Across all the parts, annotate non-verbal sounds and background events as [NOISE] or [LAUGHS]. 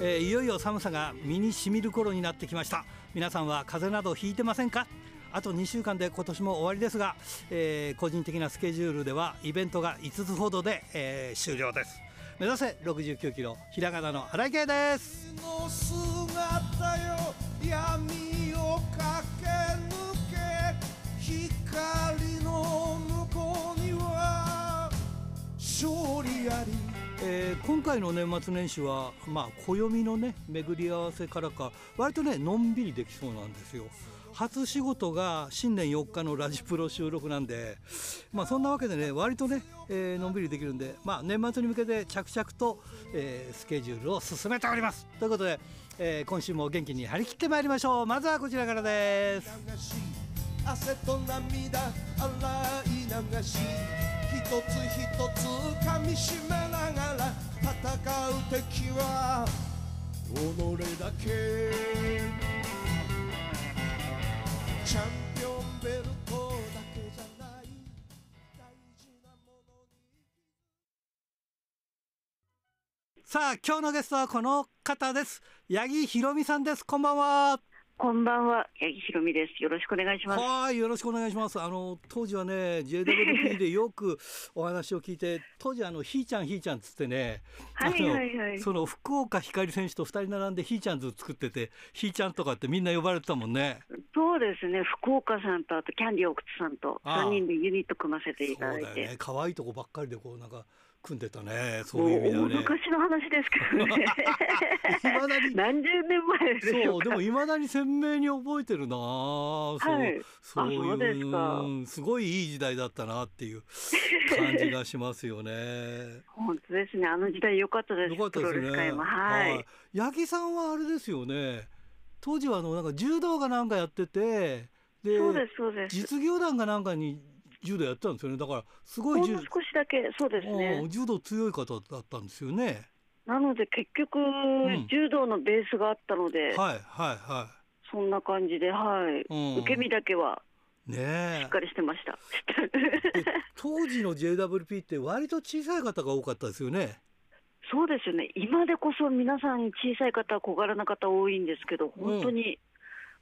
えーいよいよ寒さが身に染みる頃になってきました皆さんは風邪などひいてませんかあと2週間で今年も終わりですが、えー個人的なスケジュールではイベントが5つほどで、えー終了です目指せ69キロひらがなの荒井圭ですの姿よ闇を駆け抜け光の向こうには勝利ありえー今回の年末年始は、まあ、暦のね巡り合わせからか割とねのんびりできそうなんですよ。初仕事が新年4日のラジプロ収録なんで、まあ、そんなわけでね割とね、えーのんびりできるんで、まあ、年末に向けて着々と、えースケジュールを進めております。ということで、えー今週も元気に張り切ってまいりましょうまずはこちらからです。流し汗と涙洗い流し一つ一つ噛みしめながら戦う敵は己だけチャンピオンベルトだけじゃない大事なものにさあ今日のゲストはこの方です八木ひろみさんですこんばんは。こんばんは、八木ひろみです。よろしくお願いします。はい、よろしくお願いします。あの当時はね、JWP [LAUGHS] でよくお話を聞いて、当時あのひーちゃんひーちゃんっつってね、はいあのはいはいその福岡ひかり選手と二人並んでひーちゃんズ作ってて、ひーちゃんとかってみんな呼ばれてたもんね。そうですね、福岡さんとあとキャンディー奥津さんとああ3人でユニット組ませてそいうただだいよてね。。可愛いとこばっかりでこうなんか組んでたね。そういう意味でもはうね。昔の話ですけどね。い [LAUGHS] [LAUGHS] まだに。何十年前でしょそううか。でもいまだに鮮明に覚えてるなあそう、はいそういあそうですかうんすごいいい時代だったなっていう感じがしますよね。本当ですね、あの時代良かったです。よかったですプロレね。ス界も。はい。い八木さんはあれですよね。当時はあのなんか柔道がなんかやってて、でそうです、そうです。実業団がなんかに柔道やってたんですよね。だからすごほんいの柔少しだけ、そうですうねん。柔道強い方だったんですよね。なので結局、ん柔道のベースがあったのはで、いはいはそんな感じで、はい。い。うん受け身だけはねしっかりしてました。え。で当時の JWP って割と小さい方が多かったですよね。そうですよね、今でこそ皆さん、小さい方、小柄な方多いんですけど、本当に、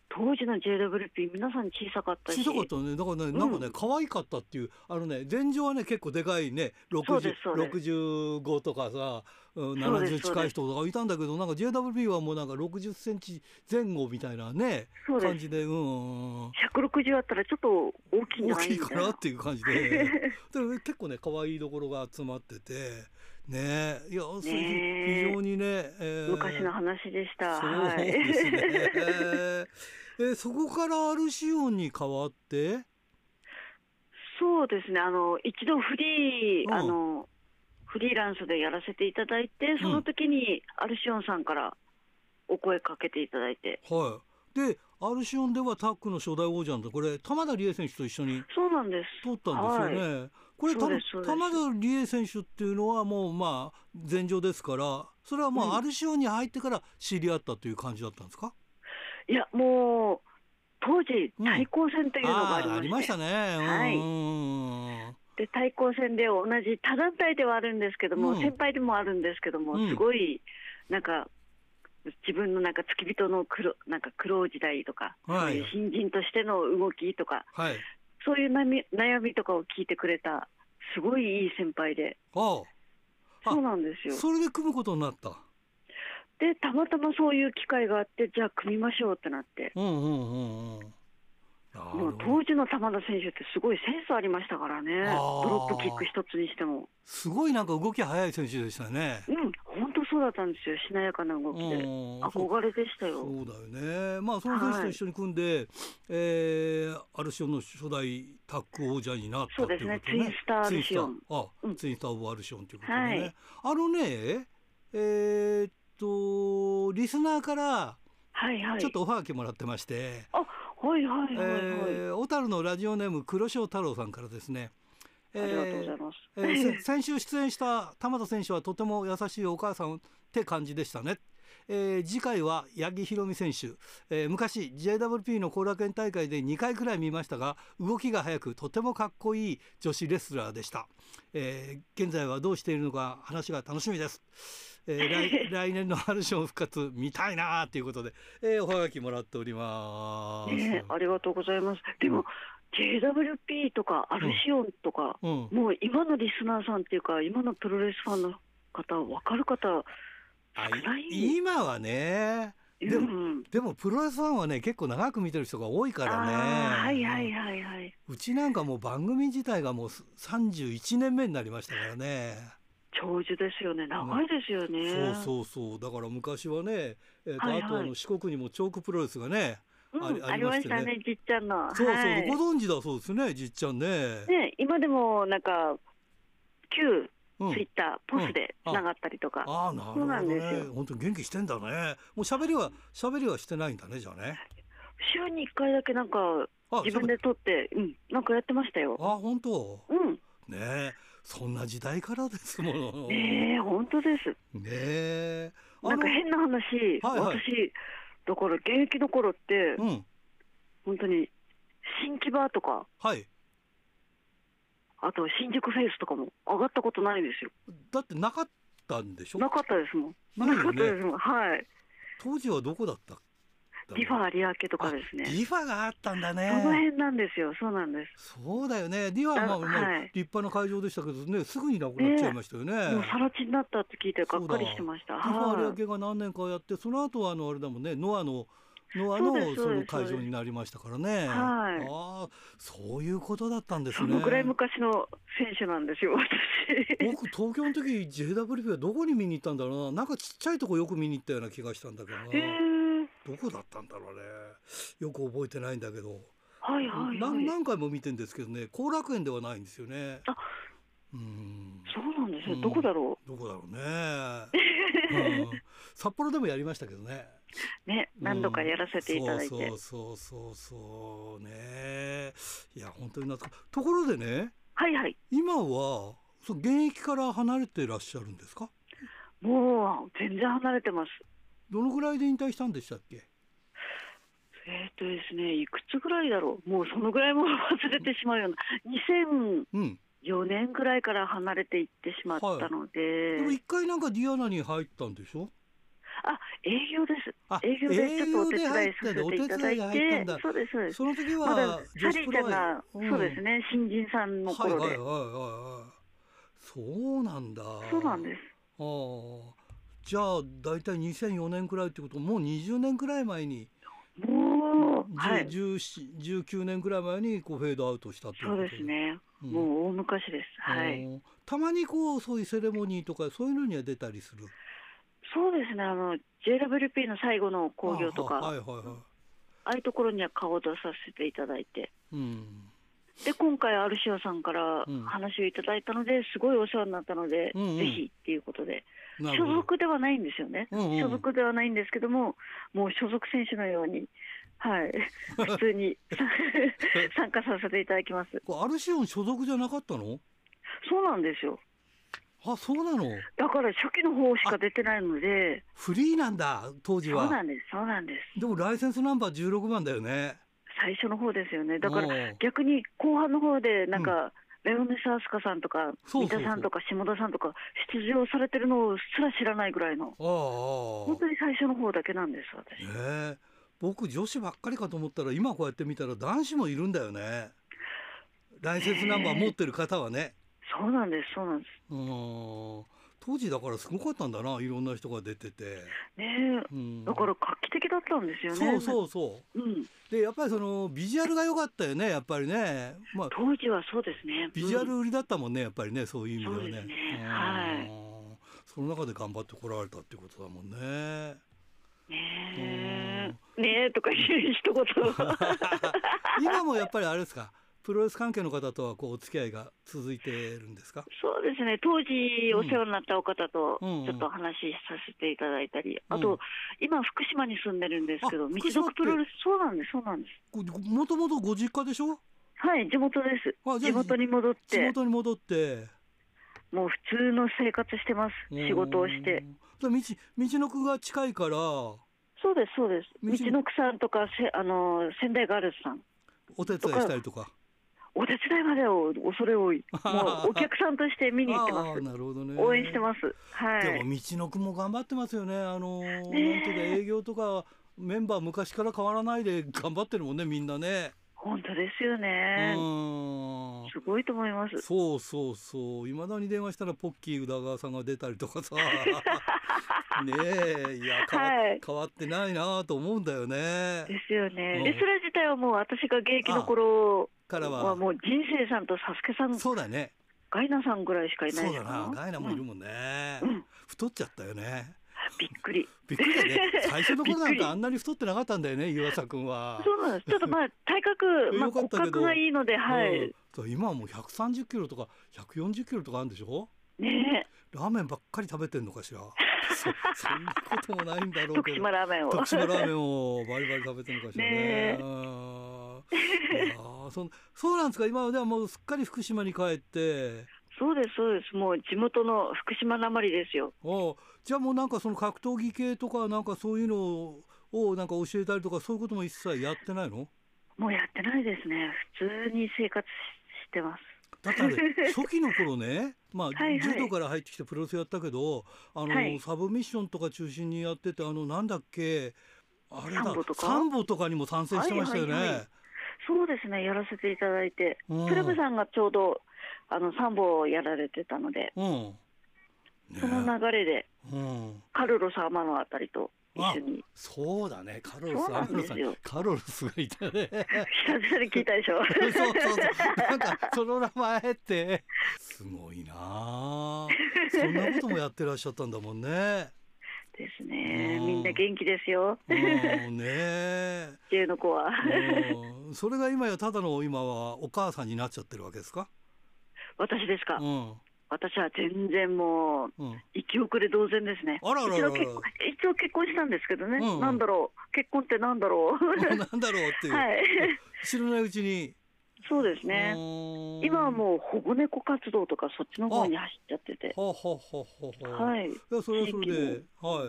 当時の JWP、皆さん小さかったし、小さかったね。だからね、なんかね、うん可愛かったっていう、あのね、前場はね、結構でかいね、そう60ですそうです65とかさ、うんそうです70近い人とかいたんだけど、なんか JWB はもうなんか60センチ前後みたいなね、そう感ですじで、うん。 160あったらちょっと大きいんじゃ大ないきいみかたいななっ、ていう感じで。 [LAUGHS] でもね結構ね、可愛いところが集まってて、ねいや、それねえ非常にね、えー昔の話でした。そうはいですね。 [LAUGHS] えーそこから RC 音に変わって、 [LAUGHS] そうですねあの一度フリー、うんあのフリーランスでやらせていただいてその時にアルシオンさんからお声かけていただいてはい。で、アルシオンではタッグの初代王者なんだ。これ、玉田理恵選手と一緒にそうなんです取ったんですよね。これ、たそうですそうです玉田理恵選手っていうのはもう、まあ、前場ですから、それはもううんアルシオンに入ってから知り合ったという感じだったんですか、いやもう当時うん対抗戦というのがーあありりままししたたね。はい、うん。で対抗戦で同じ他団体ではあるんですけどうも、ん先輩でもあるんですけども、うんすごいなんか自分のなんか付き人の苦労なんか苦労時代とか、はいそういう新人としての動きとかはい。そういう悩み悩みとかを聞いてくれたすごいいい先輩でああそうなんですあ、よそれで組むことになった。でたまたまそういう機会があってじゃあ組みましょうってなってうんうんうんうん。なるほもどう当時の玉田選手ってすごいセンスありましたからねあードロップキック一つにしてもすごいなんか動き早い選手でしたね。うん本当そうだったんですよしなやかな動きで。うん憧れでしたよ。そうだよね。まあその選手と一緒に組んで、えーアルシオンの初代タッグ王者になったそっうてでいうすことねね。ツイスターアルシオンツイスターあ、うんツイスターオブアルシオンということでね。はいあのね、えーっとリスナーからはいはい。ちょっとおはがきもらってまして。あ、はいはいはいはい。えー小樽のラジオネーム黒潮太郎さんからですね。えーありがとうございます。え [LAUGHS] ーせ先週出演した玉田選手はとても優しいお母さんって感じでしたね。えー次回は八木ひろみ選手、えー昔 JWP の後楽園大会で2回くらい見ましたが動きが速くとてもかっこいい女子レスラーでした、えー現在はどうしているのか話が楽しみです、えー [LAUGHS] 来来年の春ション復活見たいなーということで、えーおはがきもらっております、ねえありがとうございます。でも、JWP とかアルシオンとか、うん、もう今のリスナーさんっていうか、今のプロレスファンの方、分かる方、あい少ない今はねでもうんでもプロレスファンはね結構長く見てる人が多いからねあーはいはいはいはい。うちなんかもう番組自体がもうす31年目になりましたからね。長寿ですよね。長いですよね。そうそうそうだから昔はね、えーとはいはいあとあの四国にもチョークプロレスがね、うんありあありりままししたたねね、じっちゃんの。そうそう、はいご存知だそうですねじっちゃんね。ね、今でもなんか、旧うツイッん、ター、ポスでうんあつながったりとか、ああなるほそどうなんですねよ本当に元気してんだねもう喋りは喋りはしてないんだねじゃあね。週に1回だけなんか、あ自分喋で撮って、うん、なんかやってましたよ。あ本当うん、ねえそんな時代からですもの。ねねえ、本当です。えあなんか変な話、はいはい私、だから現役の頃って、うん本当に新木場とか、はいあと新宿フェイスとかも上がったことないんですよ。だってなかったんでしょなかったですもん。ないなかよったでねすもん。はい。当時はどこだったリファ有明とかですね。リファがあったんだそのね辺なんですよ。そうなんです。そうだよねリファはまああまあはい立派な会場でしたけどねすぐになくなっちゃいましたよねもうさら地になったって聞いてがっかりしてました。リファはい。有明が何年かやってその後はあのあれだもんねノアのノアのそうですそそうのです会場になりましたからねはいああそういうことだったんですそねのぐらい昔の選手なんですよ、私。僕東京の時 JWP はどこに見に行ったんだろうななんかちっちゃいとこよく見に行ったような気がしたんだけどなへえー。どこだったんだろうねよく覚えてないんだけどはいはいなはい。何回も見てんですけどね後楽園ではないんですよねあうんそうなんですうんね。どこだろどこだろうね、うん札幌でもやりましたけどねう。ね、何度かやらせていただいて。うんそうそうそうそうそうねいや本当に懐かところでねはいはい。今はそう現役から離れてらっしゃるんですかもう全然離れてます。どのぐらいで引退したんでしたっけえーっとですね、いくつぐらいだろう、もうそのぐらいも忘れてしまうよううんな、2004年ぐらいから離れていってしまったので、でも一回なんかディアナに入ったんでしょあ営業です、あ営業でちょっとお手伝い営させていただいお手伝いが入ったてんだ、そうです、そうです、その時まだはサリーちゃんが、んそうですね、新人さんの頃で、はいはいはいはいはいそうなんだそうなんです、ああじゃあ大体2004年くらいってこともう20年くらい前に、もう、はい、 10 17 19年くらい前にこうフェードアウトしたっていうそこうとですうね、んもう大昔です、はい、うんたまにこうそういうセレモニーとかそういうのには出たりするそうですね、あの JWP の最後の興行とか、ああはいはいはいあいうところには顔を出させていただいて。うんで今回アルシオさんからうん話をいただいたので、すごいお世話になったので、うんうんぜひっていうことでなる所ほど属ではないんですよね、うんうん所属ではないんですけどももう所属選手のようにはい [LAUGHS] 普通に [LAUGHS] 参加させていただきますこれアルシオン所属じゃなかったのそうなんですよあそうなのだから初期の方しか出てないのでフリーなんだ当時そうなはんですそうなんですでもライセンスナンバー16番だよね最初の方ですよねだからら逆に後半の方でなんか、レオネス・アスカさんとかそうそうそう三田さんとか下田さんとか出場されてるのすら知らないぐらいのああああ本当に最初の方だけなんです私ねえ僕女子ばっかりかと思ったら今こうやって見たら男子もいるんだよねライセンスナンバー持ってる方はねそうなんですそうなんですうん当時だからすごかったんだないろんな人が出てて、ねうえん、だから画期的だったんですよね、そうそうそうん、うでやっぱりそのビジュアルが良かったよねやっぱりねまあ当時はそうですねビジュアうんル売りだったもんねやっぱりねそういう意味ではねそうですねはいうんその中で頑張ってこられたってことだもんねねえねえとか言う一 [LAUGHS] 言今もやっぱりあれですかプロレス関係の方とはこうお付き合いが続いてるんですかそうですね当時お世話になったお方とうんうんちょっとお話しさせていただいたり、うんあと今福島に住んでるんですけあど道福島って徳プロレスそうなんですそうなんですこもともとご実家でしょはい地元ですあじゃあ地元に戻っ地て元に戻ってもう普通の生活してますうん仕事をしてで道道の区が近いからそうですそうです道の道のくさんとかせあの仙台ガールズさんお手伝いしたりとかお手伝いまでを恐れ [LAUGHS] 多いもうお客さんとして見に行ってまああすなるほどね応援してますはでいも道のくも頑張ってますよねあのー、ねえなんていうか営業とかメンバー昔から変わらないで頑張ってるもんねみんなね、本当ですようねーんすごいと思いますそうそうそういまだに電話したらポッキー宇田川さんが出たりとか [LAUGHS] さねえいや変わ,、はい変わってないなと思うんだよねですようねんレスラー自体はもう私が現役の頃からははもう人生さんとサスケさんそうだねガイナさんぐらいしかいないそうでだすなガイナもいるもんね、うん太っちゃったよねびっくりびっくりだね最初の頃なんびっくりかあんなに太ってなかったんだよね湯浅くんはそうなんですちょっとまあ [LAUGHS] 体格まあよかっ骨たけど格がいいのではういん、そう今はもう130キロとか140キロとかあるんでしょねラーメンばっかり食べてんのかしらそそんなこともないんだろう徳けど島ラーメンを徳島ラーメンをバリバリ食べてるのかしらねねえうんいやーそんそうなんですか今はではもうすっかり福島に帰って [LAUGHS] そうですそうですもう地元の福島なまりですよおじゃあもうなんかその格闘技系とかなんかそういうのをなんか教えたりとかそういうことも一切やってないのもうやってないですね普通に生活ししてますだ [LAUGHS] ってあれ初期の頃ね、まあはいはい柔道から入ってきてプロレスやったけどあの、はいサブミッションとか中心にやっててあのなんだっけあれだサンボとかサンボとかにも参戦してましたよね。はいはいはいそうですねやらせていただいてうん鶴瓶さんがちょうどあのサンボをやられてたのでうん、ねその流れでうん、カルロス天野あたりと一緒にそうだねカロルそスうなアんムロでさすんよカロルスがいたね [LAUGHS] 久々に聞いたでしょそうそうそうなんかその名前ってすごいなあそんなこともやってらっしゃったんだもんね。ですねうんみんな元気ですようんねえ J の子はうんそれが今やただの今はお母さんになっちゃってるわけですか。私ですかうん、私は全然もううん、生き遅れ同然ですね。あらあらあらあら一応結婚一応結婚したんですけどね、うんうんなんだろう、結婚ってなんだろう。なんだろうっていう、はい、知らないうちに。そうですね。うん今はもう保護猫活動とかそっちの方に走っちゃってて、ははははは。。はいい、や、それはそれ地で、は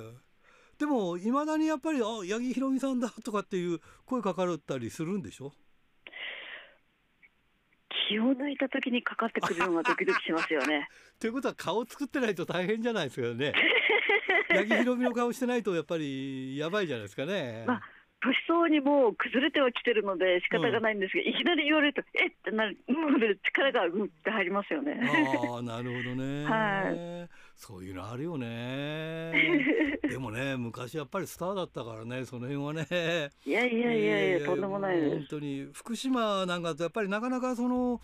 い。でも、いまだにやっぱり、あ、八木ひろみさんだとかっていう声かかったりするんでしょ。気を抜いた時にかかってくるのがドキドキしますよ [LAUGHS] ね。ということは、顔作ってないと大変じゃないですかね。 [LAUGHS] 八木ひろみの顔してないと、やっぱりやばいじゃないですかね。まあ年相にもう崩れてはきてるので仕方がないんですが、いきなり言われるとえっってなる、うん、力がうんって入りますよね。ああなるほどね、はそういうのあるよね [LAUGHS] でもね昔やっぱりスターだったからねその辺はねいやいいやいやいやとんでもないです本。当に福島なんかとやっぱりなかなかその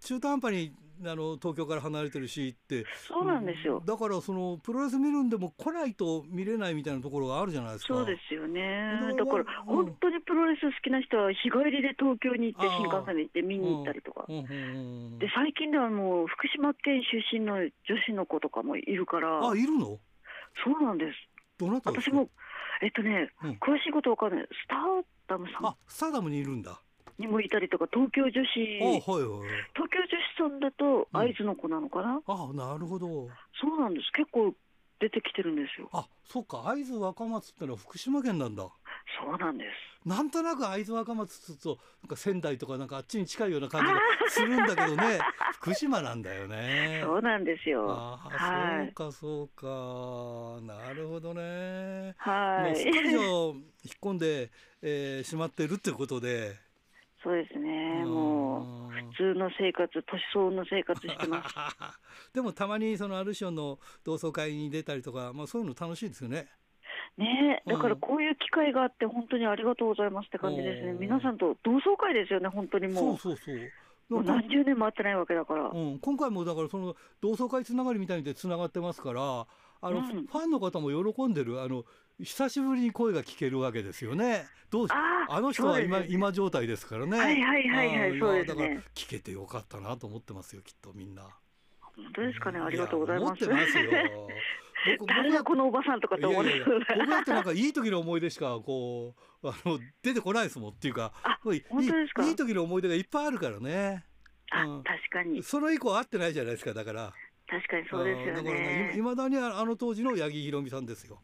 中途半端にあの東京から離れてるしってそうなんですよ。だからそのプロレス見るんでも来ないと見れないみたいなところがあるじゃないですかそうですよね。だだかからら、うん本当にプロレス好きな人は日帰りで東京に行ってあー新幹線で行って見に行ったりとかう。んうんうんで最近ではもう福島県出身の女子の子とかもいるから、あいるのそうなんです。どなたです私かもえっとね、うん詳しいことわかんない。スターダムさんあスタダムにいるんだ、にもいたりとか、東京女子あはいはいはい東京女子さんだとうん会津の子なのかな、あなるほどそうなんです。結構出てきてるんですよ。あそうか会津若松ってのは福島県なんだそうなんです。なんとなく会津若松って言うとなんか仙台とかなんかあっちに近いような感じがするんだけどね福島なんだよねそうなんですよ。ああ、はいそうかそうかなるほどね、はもうすっい。かりじゃあ引っ込んで、えーしまってるっていうことで、 [LAUGHS] そうですね。もう。うん普通の生活、年相応の生活してます。 [LAUGHS] でもたまにそのアルシオンの同窓会に出たりとか、まあ、そういうの楽しいですよね。ねえ、だかうらんこういう機会があって、本当にありがとうございますって感じですね。うん皆さんと同窓会ですよね、本当にそうもそうそうう。もうなんか何十年も会ってないわけだから。うん、今回もだからその同窓会つながりみたいでつながってますからあの、うんファンの方も喜んでるあの久しぶりに声が聞けるわけですよねどうしああ、あの人は今,、そうですね今状態ですからね。はいはいはいはいあーそうですねだから聞けてよかったなと思ってますよきっとみんな。本当ですかね、んありがとうございます。や思ってますよ僕誰がこのおばさんとかって思わいれやいるやいや僕だってなんかいい時の思い出しかこうあの出てこないですもんっていうかあもういい本当ですかいい時の思い出がいっぱいあるからね。あ、うん確かにそれ以降会ってないじゃないですかだから確かにそうですよんだからねいねまだにああの当時の八木ひろみさんですよ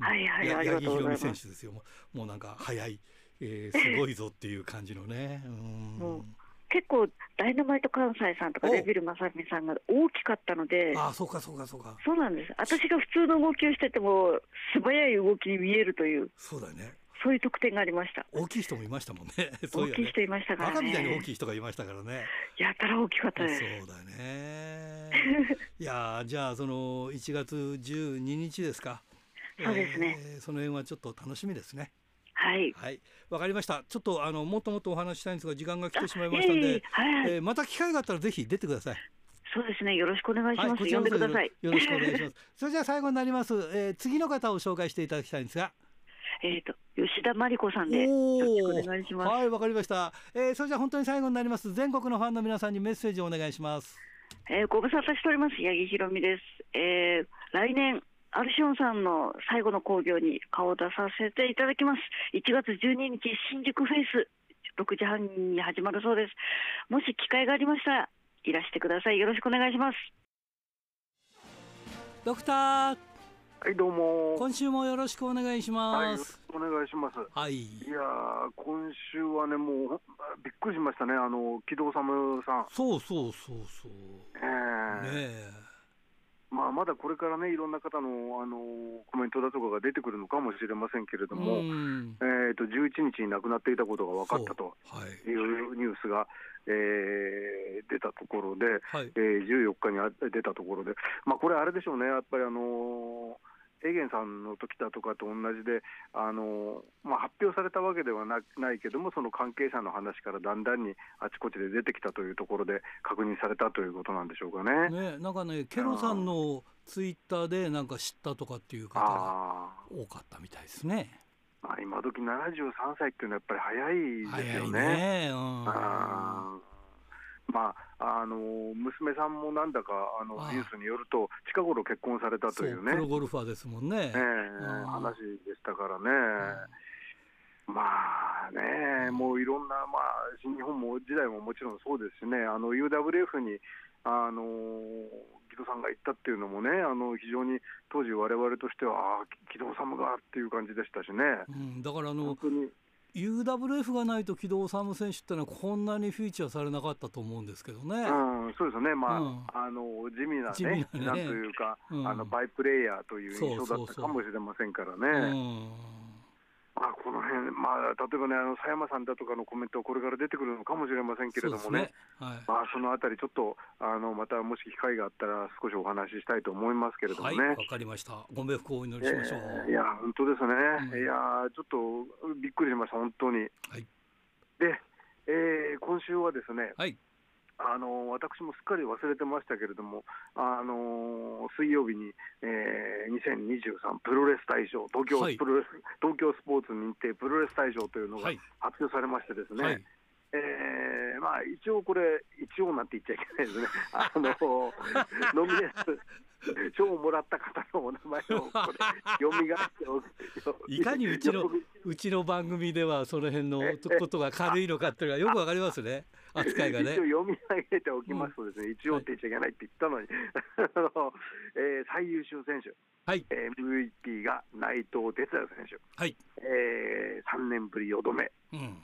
はいはいやありが八とう木ひごろみざいます選手ですよもうもうなんか早い、えーすごいぞっていう感じのねうんうん結構ダイナマイト関西さんとかおデビルマサミさんが大きかったのでああそうかそうかそうかそうなんです私が普通の動きをしてても素早い動きに見えるというそうだよねそういう特典がありました大きい人もいましたもん [LAUGHS] ねそう大いやきいね人いましたかバカらみたいに大ねきい人がいましたからねやたら大きかったそうですだねいやーじゃあその1月12日ですかそうですねえーその辺はちょっと楽しみですねはいはい、わかりました。ちょっとあのもっともっとお話ししたいんですが時間が来てしまいあましたんいえいえで、はいえーまた機会があったらぜひ出てください。そうですねよろしくお願いしはますこち呼らんこでそよろくださいよろしくお願いします。 [LAUGHS] それじゃあ最後になります。えー次の方を紹介していただきたいん [LAUGHS] ですが、 [LAUGHS] えっと吉田真理子さんでよろしくお願いしますはい、わかりました。えーそれじゃあ本当に最後になります。全国のファンの皆さんにメッセージをお願いします。えーご無沙汰しております八木ひろみです、えー来年アルシオンさんの最後の興行に顔を出させていただきます1月12日新宿フェイス6時半に始まるそうですもし機会がありましたらいらしてくださいよろしくお願いしますドクター、はい、どうも。今週もよろしくお願いしはい、まよろすし。くお願いします。はい。いやー、今週はね、もうあびっくりしましたね、あの木戸治さん。そうそうそうそう。ねえええ。まあ、まだこれからね、いろんな方の、あのコメントだとかが出てくるのかもしれませんけれども、ん。えー、と11日に亡くなっていたことが分かったとそう。はい。いうニュースが、えー出たところで、はいえ。ー14日にあ出たところで、まあ、これ、あれでしょうね、やっぱりあのーエーゲンさんの時だとかと同じで、あのーまあ、発表されたわけではなないけども、その関係者の話からだんだんにあちこちで出てきたというところで、確認されたということなんでしょうかね。ね、なんかね、ケロさんのツイッターでなんか知ったとかっていう方があー多かったみたいですね。まあ、今時73歳っていうのはやっぱり早いです早よいね。ね。うん。あーまあ、あのー娘さんもなんだかあのあーニュースによると、近頃結婚されたとそ、いううプね。ロゴルファーですもんねうええ。ん話でしたからね、まあね、もういろんな、まあ、新日本も時代ももちろんそうですしね、あの UWF に、あの木戸さんが行ったっていうのもね、あの非常に当時、我々としては、ああ、木戸様がっていう感じでしたしねう。ん、だからあ本の当に UWF がないと木戸治選手ってのはこんなにフィーチャーされなかったと思うんですけどね。うん、そうですよね、まあ、うんあの地味な地味ね、なねなんというか、うんあのバイプレイヤーという印象そだうそうそうったかもしれませんからね、うん、まあ、この辺、まあ、例えばね、あの佐山さんだとかのコメント、これから出てくるのかもしれませんけれどもね、。はい。まあ、そのあたり、ちょっとあのまたもし機会があったら、少しお話ししたいと思いますけれどもはい、ね。わかりました。ご冥福をお祈りしましょう。えーいや、本当ですね、うんいや、ちょっとびっくりしました、本当に。はいで、えー今週はですね、はいあの私もすっかり忘れてましたけれども、あの水曜日に、えー2023プロレス大賞東京はいプロレス、東京スポーツ認定プロレス大賞というのがはい発表されましてですね、はい。えーまあ、一応これ、一応なんて言っちゃいけな [LAUGHS] いですね、あのノミネート賞をもらった方のお名前をこ [LAUGHS] れ、読みがっておくいかにうちのよくうちの番組ではその辺のことが軽いのかっていうのがよくわかりますね。扱いがね一。応読み上げておきますとですね、一応って言っちゃいけないって言ったのに、 [LAUGHS] あのえー最優秀選手、はい。えー MVP が内藤哲也選手、はい。えー3年ぶり4度目、うん。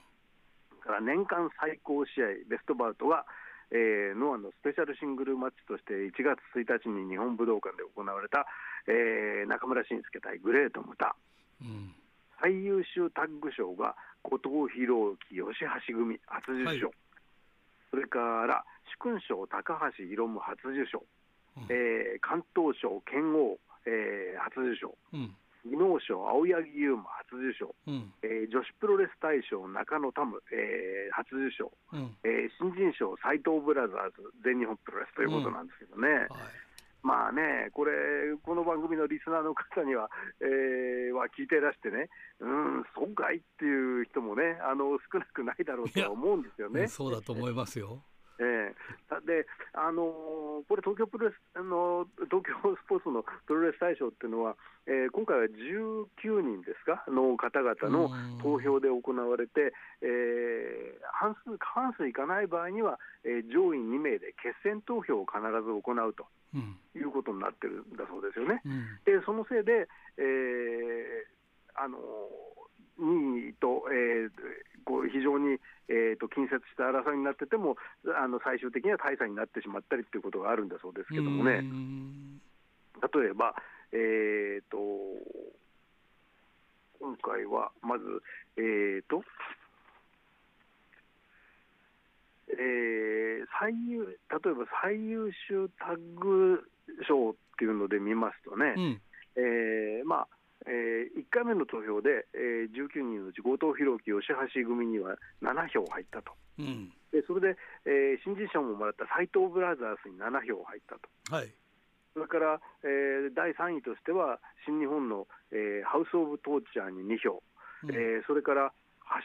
から年間最高試合ベストバウトは、えーノアのスペシャルシングルマッチとして1月1日に日本武道館で行われた、えー中村慎介対グレート・ムタうん。最優秀タッグ賞が後藤弘樹吉橋組初受賞、はいそれから殊勲賞高橋宏夢初受賞、うんえー関東賞剣王、えー初受賞うん。技能賞青柳優馬初受賞、うん。えー女子プロレス大賞中野タム、えー初受賞うん。えー新人賞斎藤ブラザーズ全日本プロレスということなんですけどね、はい。まあね、これ、この番組のリスナーの方には、 [LAUGHS] えーは聞いてらしてね、うん、損害っていう人もね、あの少なくないだろうとは思うんですようねん。そうだと思いますよ。ええで、あのーこれ東京プロレスあのー東京スポーツのプロレス大賞っていうのは、えー今回は19人ですかの方々のうん投票で行われて、えー半数過半数いかない場合には、えー上位2名で決選投票を必ず行うとうんいうことになってるんだそうですよね。うんでそのせいで、えーあの2位と、えーこう非常に、えー、と近接した争いになっててもあの最終的には大差になってしまったりっていうことがあるんだそうですけどもうねん例えば、えー、と今回はまず、えーとえー最優例えば最優秀タッグ賞っていうので見ますとね、うんえーまあえ1回目の投票で、えー19人のうち後藤弘樹、吉橋組には7票入ったと、うんでそれで、えー新人賞ももらった斎藤ブラザースに7票入ったと、はいそれから、えー第3位としては、新日本の、えーハウス・オブ・トーチャーに2票、うんえーそれから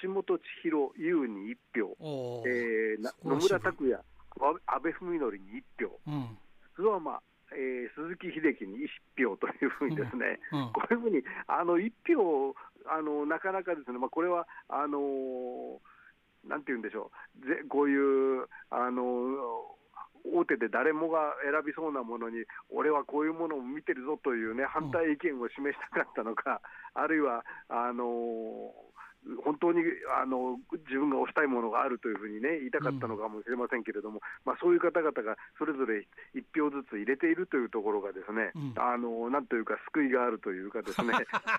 橋本千尋優に1票、おーえーなそこ野は渋い村拓也、わ阿部文則に1票、うんそれは、まあえー鈴木秀樹に1票というふうにですね。うんこういうふうにあの一票あのなかなかですね、まあ、これはあのなんて言うんでしょうぜこういうあの大手で誰もが選びそうなものに俺はこういうものを見てるぞというね反対意見を示したかったのか、あるいはあの本当にあの自分が推したいものがあるというふうに、ね、言いたかったのかもしれませんけれども、まあ、そういう方々がそれぞれ1票ずつ入れているというところが、ですね、うんあのなんというか、救いがあるというか、 [LAUGHS] ですね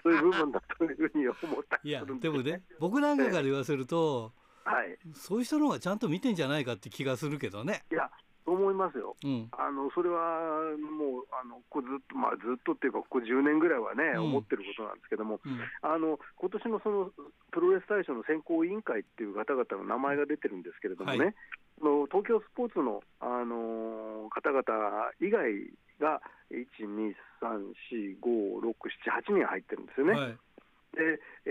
そういう部分だというふうに思ったいりやするんでもね僕なんかから言わせるとはい、そういう人の方がちゃんと見てんじゃないかって気がするけどね。いや、と思いますよ。うんあのそれはもうあのここずっと、まあ、ずっとっていうか、ここ10年ぐらいはね、うん思ってることなんですけども、うんあの今年のそのプロレス大賞の選考委員会っていう方々の名前が出てるんですけれどもね、はあの東京スポーツの、あのー方々以外が、1、2、3、4、5、6、7、8人入ってるんですよね。はいでえ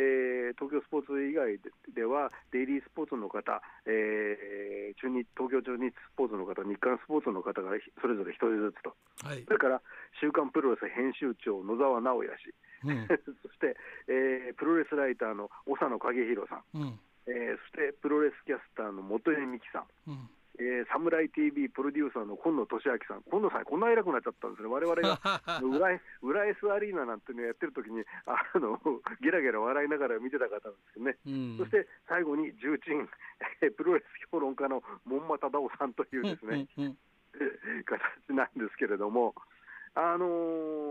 ー東京スポーツ以外では、デイリースポーツの方、えー中日東京中日スポーツの方、日刊スポーツの方がそれぞれ1人ずつと、はいそれから週刊プロレス編集長、野沢直也氏、うん [LAUGHS] そして、えープロレスライターの長野影弘さん、うんえーそしてプロレスキャスターの元江美樹さん、うんえー、サムライ TV プロデューサーの今野俊明さん、今野さん、こんな偉くなっちゃったんですね、我 [LAUGHS] 々が裏へ裏 S アリーナなんていうのやってる時にあのゲラゲラ笑いながら見てた方なんですよね。うんそして最後に重鎮、えープロレス評論家の門馬忠夫さんというですね、うんうん [LAUGHS] 形なんですけれども、あの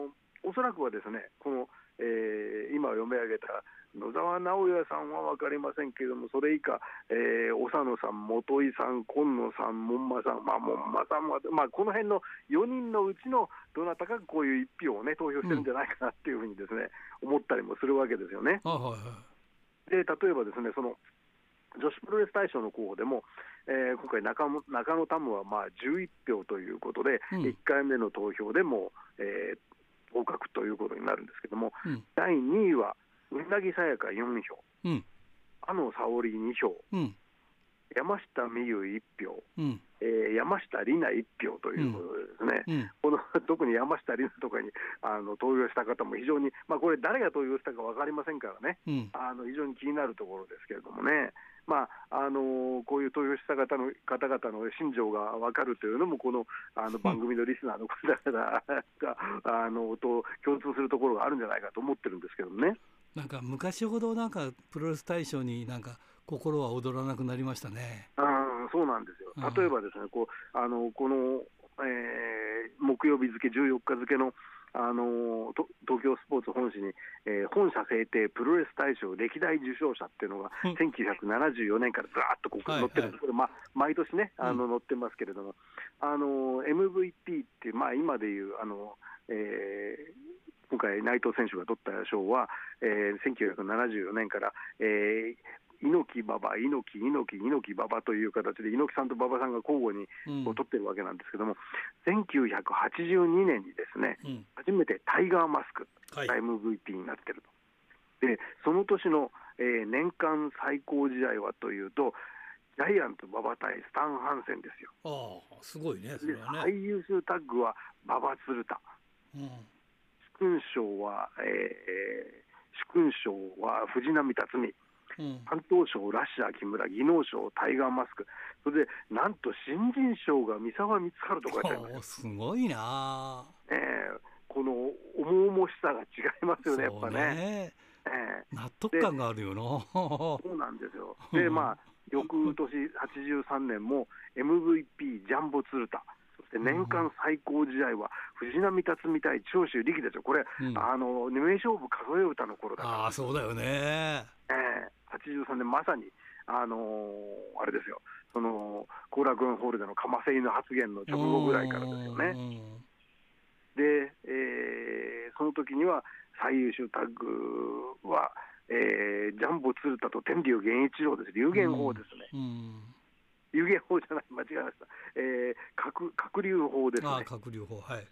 ーおそらくはですね、この、えー今読み上げた野沢直哉さんは分かりませんけれども、それ以下、えー、長野さん、元井さん、今野さん、門馬さん、まあ、門馬さんは、まあ、この辺の4人のうちのどなたかがこういう一票を、ね、投票してるんじゃないかなっていうふうにですね、思ったりもするわけですよね。うんはいはいはいで例えばですねその女子プロレス大賞の候補でも、えー今回中も、中野タムはまあ11票ということで、うん1回目の投票でもう、えー合格ということになるんですけども、うん第2位は、うなぎさやか4票、うん阿野沙織2票、うん山下美優1票、うんえー山下里奈1票ということでですね。うんこの特に山下里奈とかにあの投票した方も非常に、まあ、これ、誰が投票したか分かりませんからね、うんあの非常に気になるところですけれどもね、まああのこういう投票した方の方々の心情が分かるというのも、このあの番組のリスナーの方々が [LAUGHS] あのと共通するところがあるんじゃないかと思ってるんですけどもね。なんか昔ほどなんかプロレス大賞になんか心は躍らなくなりましたね。うんそうなんですようん例えばですね、こうあのこの、えー木曜日付、14日付のあのと東京スポーツ本誌に、えー本社制定プロレス大賞歴代受賞者っていうのが、うん1974年からずらっとここはいに載ってるんです、これ、まあ、毎年ね、あの載ってますけれども、あの MVP っていう、まあ、今でいうあの、えー今回、内藤選手が取った賞は、えー1974年から、えー猪木馬場、猪木、猪木、猪木馬場という形で、猪木さんと馬場さんが交互にうんこう取ってるわけなんですけども、1982年にですね、うん初めてタイガーマスクはいが MVP になってると、でその年の、えー年間最高試合はというと、ジャイアント馬場対スタン・ハンセンですよ。ああすごいねそでれはね、最優秀タッグは馬場鶴田、うん、殊勲賞は、えーえー殊勲賞は藤波辰巳、うん、担当賞ラッシャー木村、技能賞タイガーマスク、それでなんと新人賞が三沢光晴とかやっちゃいまお [LAUGHS] すごいなすね。えーこの重々しさが違いますよね、やっそぱうね。ねえー納得感があるよなそうなんですよ。うで、んまあ、翌年83年も MVP ジャンボ鶴田、そして年間最高試合は藤波辰巳対長州力ですよ、これ、うんあの二名勝負数え歌の頃だあか [LAUGHS] あそうだよねら、ええ83年、まさに、あのーあれですよ、その後楽園ホールでの釜瀬井の発言の直後ぐらいからですよね。ねで、えーその時には最優秀タッグは、えージャンボ鶴田と天竜源一郎です、龍源法ですね。うん、有限法じゃない、間違えました、えー、核核流法ですああね、閣僚法はい、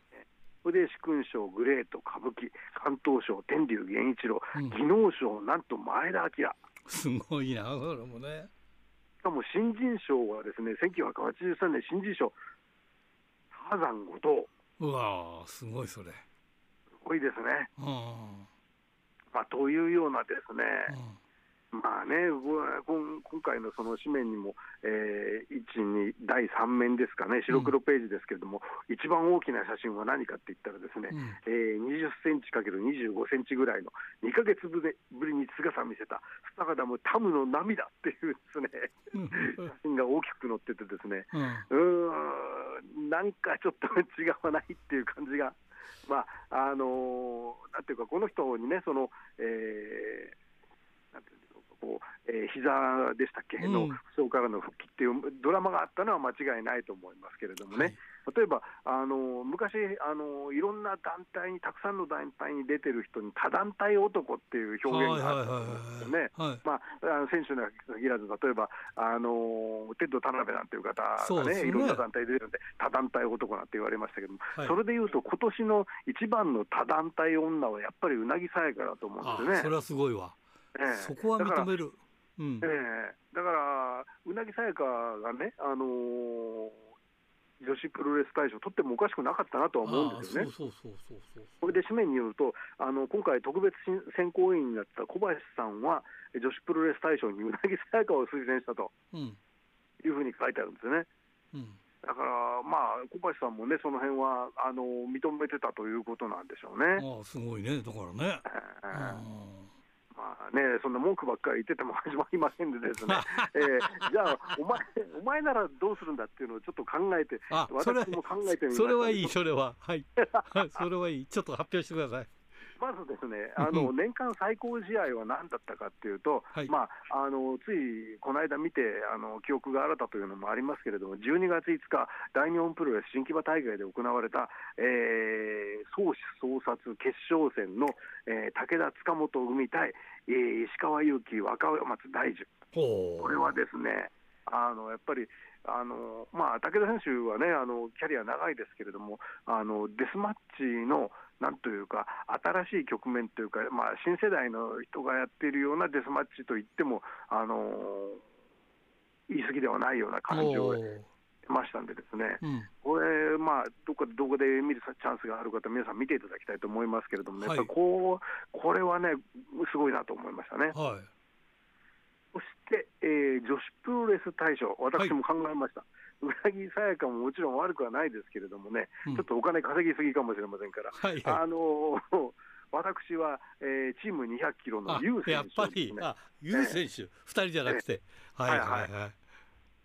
それで殊勲賞、グレート、歌舞伎、関東賞、天竜源一郎、うん技能賞、なんと前田明、すごいなそれもねしかも新人賞はですね1983年新人賞、サーザン後う藤、わあすごいそれすごいですね。うんうんまあ、というようなですね、まあね、ごこん今回のその紙面にも、えー、1、2、第3面ですかね、白黒ページですけれども、一番大きな写真は何かって言ったらですね、うんえー20センチかける25センチぐらいの2ヶ月ぶりぶりに姿を見せたスタカダムタムの涙っていうですねうん写真が大きく載っててですねうんうーんなんかちょっと違わないっていう感じが [LAUGHS] まああのーなんていうかこの人にねそのえーなんていうんでしょうかこうえー膝でしたっけ、うのん負傷からの復帰っていうドラマがあったのは間違いないと思いますけれどもね、はい例えばあの昔あのいろんな団体にたくさんの団体に出てる人に多団体男っていう表現があるんですよね。はいはいはいはいはいまあ、あの選手に限らず、例えばあのテッド田辺なんていう方そうがでねすねいろんな団体で出てるんで、多団体男なんて言われましたけども、はいそれでいうと、今年の一番の多団体女はやっぱりうなぎさやかだと思うんあですそよれね。はすごいわ、ええそこはだから認めるうんええだから、うなぎさやかがね、あのー女子プロレス大賞取ってもおかしくなかったなとは思うんですよあねあ。そうそうそうそうこれで紙面によると、あの今回、特別審選考委員になった小林さんは、女子プロレス大賞にうなぎさやかを推薦したとそううんいうふうに書いてあるんですよね。うんだから、まあ、小林さんもね、その辺はあの認めてたということなんでしょうね。ああすごいねだからねえうーんまあね、そんな文句ばっかり言ってても始まりませんでです [LAUGHS] ね、えーじゃあお前、お前ならどうするんだっていうのをちょっと考えて、あそれ私も考えてみましたそれはいいそれははいはいそれはいいちょっと発表してくださいまずですね、あのう年間最高試合は何だったかっていうと、はいまあ、あのついこの間見てあの、記憶が新たというのもありますけれども、12月5日、大日本プロレス新木場大会で行われた、えー、総司総殺決勝戦の、えー武田塚本組対、えー石川祐希、若松大樹、ほうこれはですね、あのやっぱりあの、まあ、武田選手はねあの、キャリア長いですけれども、あのデスマッチのなんというか、新しい局面というか、まあ、新世代の人がやっているようなデスマッチといっても、あの言い過ぎではないような感じほを得うましたんでですね。うんこれ、まあ、どっかで動画で見るチャンスがある方、皆さん見ていただきたいと思いますけれどもね、はいやっぱこうこれはね、すごいなと思いましたね。はいそして、えー女子プロレス大賞、私も考えました、うなぎさやかももちろん悪くはないですけれどもね、うんちょっとお金稼ぎすぎかもしれませんから、はいはいあのー [LAUGHS] 私は、えーチーム200キロのあユウや選っぱ手でりす、ね、あユウ選手、二人じゃなくて、はいはいはい、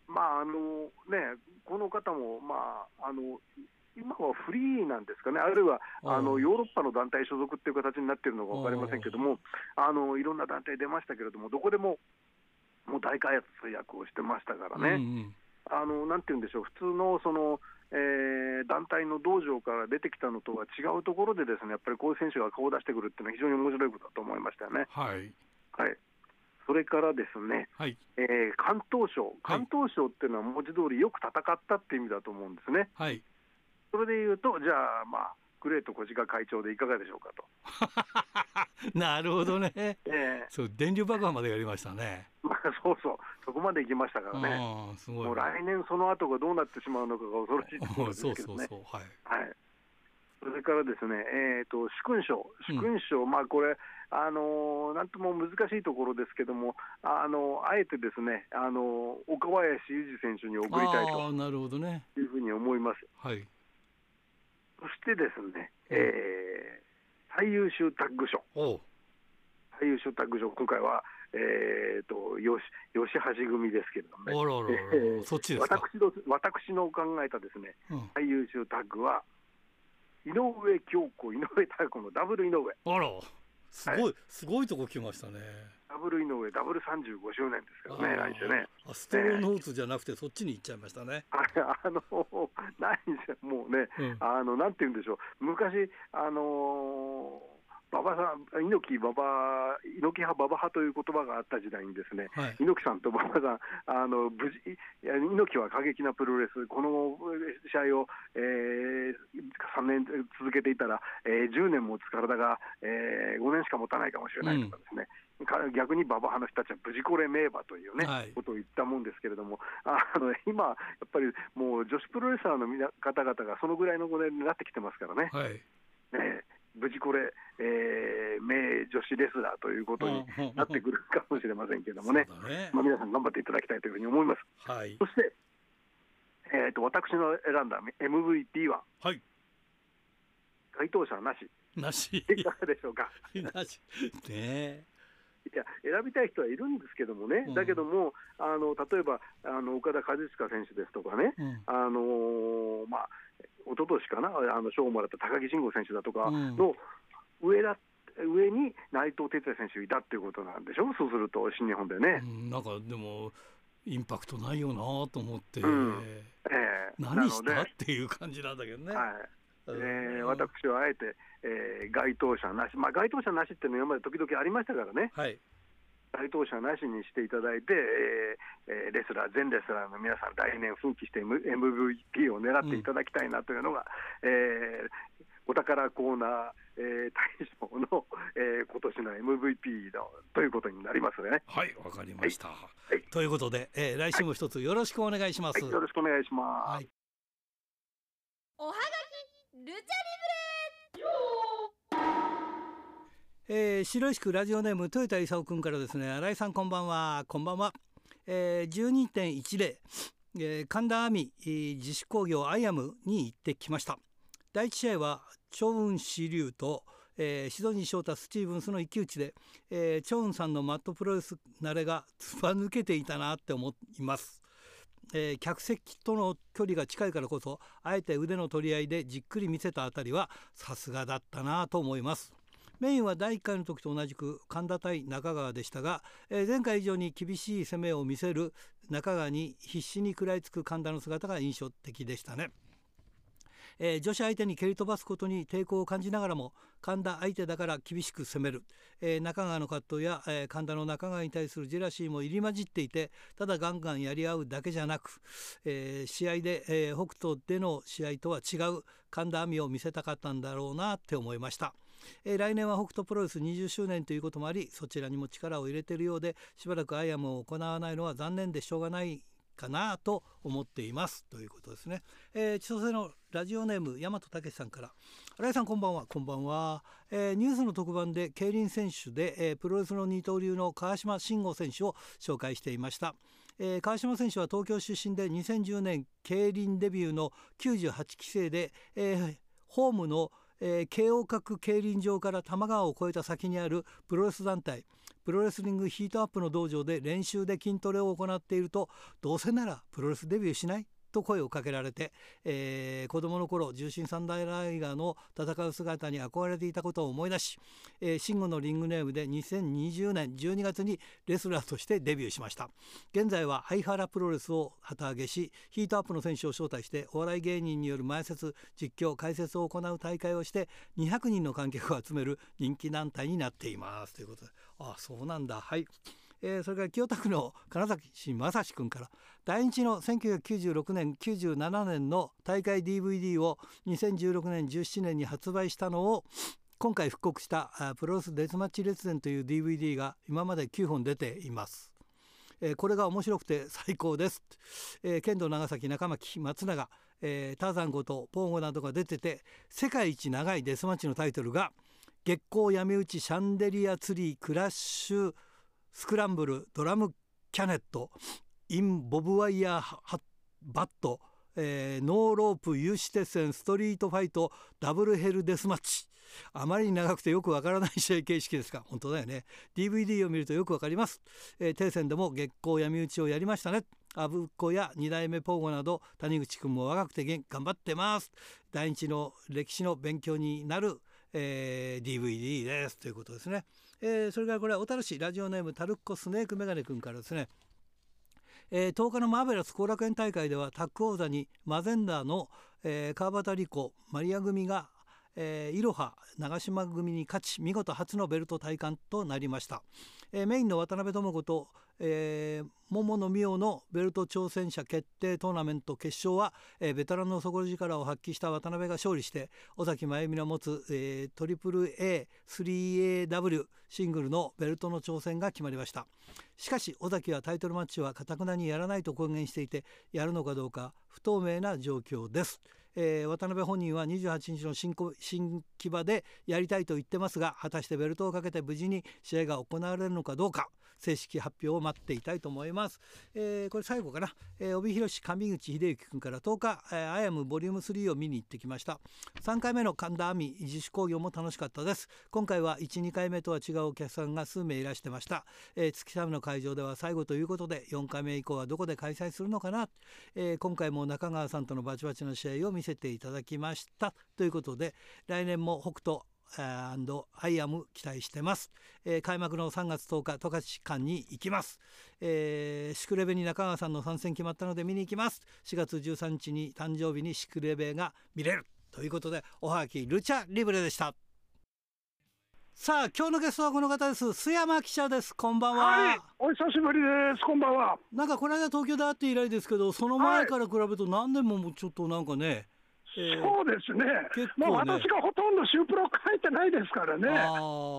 まああのーね、この方も、まああの今はフリーなんですかね、あるいはうんあのヨーロッパの団体所属っていう形になってるのか分かりませんけども、あのいろんな団体出ましたけれども、どこでももう大開発役をしてましたからね。うんあのなんて言うんでしょう、普通のその、えー団体の道場から出てきたのとは違うところで、ですねやっぱりこういう選手が顔を出してくるっていうのは、非常に面白いことだと思いましたよね。はいはい、それからですね、はいえー関東省、関東省っていうのは文字通りよく戦ったって意味だと思うんですね。はいそれで言うと、じゃあ、まあ、クレート小鹿会長でいかがでしょうかと。なるほどね。ええそう電流爆破までやりましたね。まあそうそう、そこまで行きましたからね。うんすごいもうね。来年その後がどうなってしまうのかが恐ろしいところうんですそうけそどうね。そうはい。はい。それからですね、えっ、と、主君賞、主君賞、まあこれ、あのーなんとも難しいところですけども、あのあえてですね、あの岡林裕二選手に送りたいああなるほどね。というふうに思います。はい。そしてですね、えー最優秀タッグ賞、おう最優秀タッグ賞、今回は、えー、と吉吉橋組ですけれどもあねらあらあらえーそっちですか。 [LAUGHS] 私の私の考えたですねうん、最優秀タッグは、井上京子、井上太子のダブル井上、あらすごい、すごいとこ来ましたね。ダブル井上、ダブル35周年ですからあね、ー来週ね。あストローノーツじゃなくてそっちに行っちゃいましたね。あれ、あの、 [LAUGHS] ないんですよ、もうね、うんあの、なんて言うんでしょう、昔、あのー、馬場さん、猪木馬場、猪木派馬場派という言葉があった時代にですね、はい。猪木さんと馬場さん、あの無事いや猪木は過激なプロレス、このえー試合を、え3年続けていたら、えー10年持つ体が、え5年しか持たないかもしれないとかですね、か逆に馬場派の人たちは無事これ名馬というね、はいことを言ったもんですけれども、あ [LAUGHS] の今、やっぱりもう女子プロレスラーの皆方々がそのぐらいの5年になってきてますからね。はい。ね無事これ、えー名女子レスラーということになってくるかもしれませんけれどもね。そうだね。まあ、皆さん頑張っていただきたいというふうに思います。はいそ。して、えー、と私の選んだ MVP は、はい。該当者はなし、なし。いかがでしょ [LAUGHS] うか。なし。ねえ。いや選びたい人はいるんですけどもね、うんだけども、あの例えばあの岡田和親選手ですとかね、うん。あのーまあ一昨年かな、あの賞をもらった高木慎吾選手だとかうんの上だ、上に内藤哲也選手いたっていうことなんでしょ、そうすると、新日本でねう。んなんかでもインパクトないよなと思って、うんえー何しなたのっでていう感じなんだけどね。はいうんえー私はあえて、えー該当者なし、まあ、該当者なしっていうのは今まで時々ありましたからね、はい。該当者なしにしていただいて、えーえーレスラー、全レスラーの皆さん、来年奮起して M- MVP を狙っていただきたいなというのが、えーお宝コーナー、えー大賞の、えー今年の MVP のということになりますね。はい、わかりました。いということで、えー来週も一つよろしくお願いします。はい、よろしくお願いします。はいおはがきルチャリブレえー白石区ラジオネーム豊田勲君からですね新井さんこんばんはこんばんは、えー、12.10、えー神田亜美、えー自主工業アイアムに行ってきました第一試合は趙雲紫龍と、えーシドニー翔太スティーブンスの一騎打ちで、えー、趙雲さんのマットプロレス慣れが [LAUGHS] つば抜けていたなって思います、えー客席との距離が近いからこそあえて腕の取り合いでじっくり見せたあたりはさすがだったなと思いますメインは第1回の時と同じく神田対中川でしたが、えー前回以上に厳しい攻めを見せる中川に必死に食らいつく神田の姿が印象的でしたね、えー女子相手に蹴り飛ばすことに抵抗を感じながらも神田相手だから厳しく攻める、えー中川の葛藤や、えー神田の中川に対するジェラシーも入り混じっていてただガンガンやり合うだけじゃなく、えー試合で、えー北斗での試合とは違う神田亜美を見せたかったんだろうなって思いました。えー来年は北斗プロレス20周年ということもありそちらにも力を入れているようでしばらくアイアムを行わないのは残念でしょうがないかなと思っていますということですね、えー、千歳のラジオネーム大和武さんから新井さんこんばんはこんばんは、えーニュースの特番で競輪選手で、えープロレスの二刀流の川島慎吾選手を紹介していましたえー川島選手は東京出身で2010年競輪デビューの98期生で、えーホームの、えー慶応角競輪場から多摩川を越えた先にあるプロレス団体プロレスリングヒートアップの道場で練習で筋トレを行っているとどうせならプロレスデビューしないと声をかけられて、えー子供の頃重心三大ライガーの戦う姿に憧れていたことを思い出し、えー、慎吾のリングネームで2020年12月にレスラーとしてデビューしました現在は相原プロレスを旗揚げしヒートアップの選手を招待してお笑い芸人による前説実況解説を行う大会をして200人の観客を集める人気団体になっていますということであそうなんだはい、えーそれから清田区の金崎正史君から大日の1996年97年の大会 DVD を2016年17年に発売したのを今回復刻したあプロレスデスマッチ列伝という DVD が今まで9本出ています。えーこれが面白くて最高です、えー剣道長崎中巻松永、えーターザンことポーゴなどが出てて世界一長いデスマッチのタイトルが「月光闇討ちシャンデリアツリークラッシュスクランブルドラムキャネットインボブワイヤーハバット、えーノーロープ有刺鉄線ストリートファイトダブルヘルデスマッチ」あまりに長くてよくわからない試合形式ですが本当だよね DVD を見るとよくわかります、えー、停戦でも月光闇討ちをやりましたね阿武子や二代目ポーゴなど谷口君も若くて元頑張ってます大日の歴史の勉強になる、えー DVD ですということですね、えーそれからこれは小樽市ラジオネームタルッコスネークメガネ君からですねえー10日のマーベラス後楽園大会ではタッグ王座にマゼンダーの、えー川端理子マリア組が、えーイロハ長島組に勝ち見事初のベルト体感となりました、えーメインの渡辺智子と、えー桃野美桜のベルト挑戦者決定トーナメント決勝は、えーベテランの底力を発揮した渡辺が勝利して尾崎真由美の持つ、えー、トリプル A3AW シングルのベルトの挑戦が決まりましたしかし尾崎はタイトルマッチはかたくなにやらないと公言していてやるのかどうか不透明な状況です、えー渡辺本人は28日の新こ新木場でやりたいと言ってますが果たしてベルトをかけて無事に試合が行われるのかどうか正式発表を待っていたいと思います、えーこれ最後かな、えー帯広市上口秀幸君から10日「えーアイアムボリューム3を見に行ってきました3回目の神田亜美自主興行も楽しかったです今回は12回目とは違うお客さんが数名いらしてました、えー月寒の会場では最後ということで4回目以降はどこで開催するのかな、えー今回も中川さんとのバチバチの試合を見せていただきましたということで来年も北斗アンドアイアム期待してます、えー開幕の3月10日十勝館に行きます、えー、シクレベに中川さんの参戦決まったので見に行きます4月13日に誕生日にシクレベが見れるということでおはがきルチャリブレでしたさあ今日のゲストはこの方です須山記者ですこんばんは、はい、お久しぶりです。こんばんは。なんかこの間東京で会って以来ですけどその前から比べると何年ももうちょっとなんかね、えーそうですね。結構ねもう私がほとんどシュープロ書いてないですからね。あ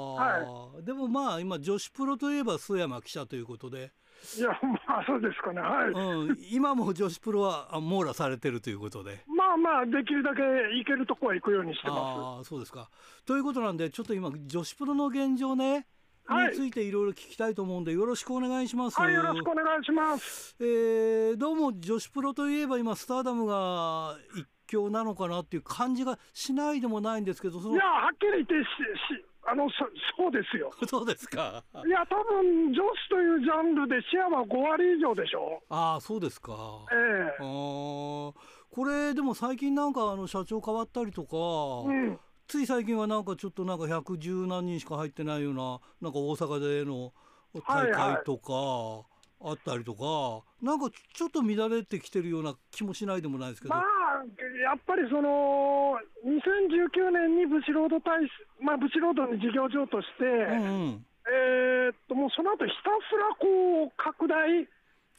ーでもまあ今女子プロといえば須山記者ということで、いや、まあそうですかね。はい。 [LAUGHS] うん、今も女子プロはあ網羅されてるということで。まあまあ、できるだけ行けるとこは行くようにしてまああーそうですかということなんでちょっと今女子プロの現状ね、はいについていろいろ聞きたいと思うんでよろしくお願いします。す。はい、よろしくお願いします。えーどうも女子プロといえば今スターダムが一強なのかなっていう感じがしないでもないんですけどそいのや、はっきり言ってし、しあの、そそうですよ。そうですか。 [LAUGHS] いや、多分女子というジャンルでシェアは5割以上でしょ。ああそうですか。えあえーこれでも最近なんかあの社長変わったりとか、うん。つい最近はなんかちょっとなんか百十何人しか入ってないようななんか大阪での大会とか、あったりとかなんかちょっと乱れてきてるような気もしないでもないですけど、まあ、やっぱりその、2019年にブシロード大使、まあ、ブシロードに事業譲渡して、うんうんえーっと、もうその後ひたすらこう、拡大、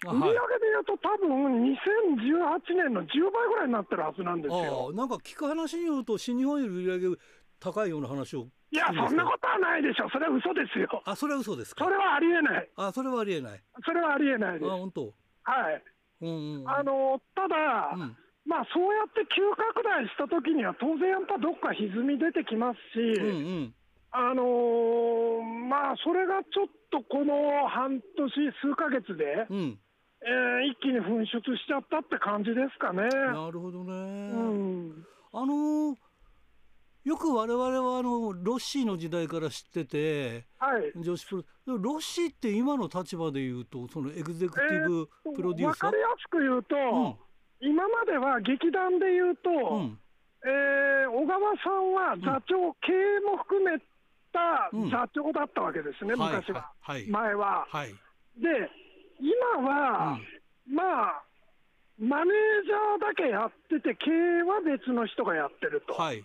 あ売り上げでいうと、多分2018年の10倍ぐらいになってるはずなんですあよ。あなんか聞く話によると新日本より売り上げ高いような話をいや、そんなことはないでしょ、それは嘘ですよ。あそれは嘘ですそかれはありえない、あそれはありえないそれはありえないあです。本当はい、うんうんうんあのただ、うんまあ、そうやって急拡大した時には、当然やっぱどっか歪み出てきますし。うんうんあのーまあ、それがちょっとこの半年、数ヶ月で、うんえー一気に噴出しちゃったって感じですかね。なるほどね、うん、あのーよく我々はあのロッシーの時代から知っててはい。女子プロでもロッシーって今の立場で言うとそのエグゼクティブプロデューわサーかり、やすく言うと、今までは劇団で言うと、うんうんえー小川さんは座長、経営も含めたうん座長だったわけですね、はい昔は、はいはい前は。はいで、今は、まあ、マネージャーだけやってて、経営は別の人がやってると。はい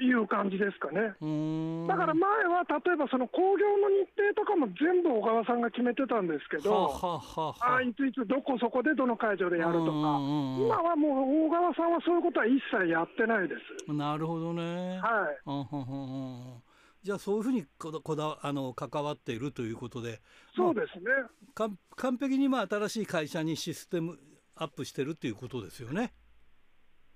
いう感じですかね。うーんだから前は例えばその興行の日程とかも全部小川さんが決めてたんですけはあど、はあはああいついつどこそこでどの会場でやるとうんか、うんうんうん今はもう大川さんはそういうことは一切やってないです。なるほどね。はいうんうんうんうんじゃあそういうふうにこだこだあの関わっているということでそうですね、かん完璧にまあ新しい会社にシステムアップしてるっていうことですよね。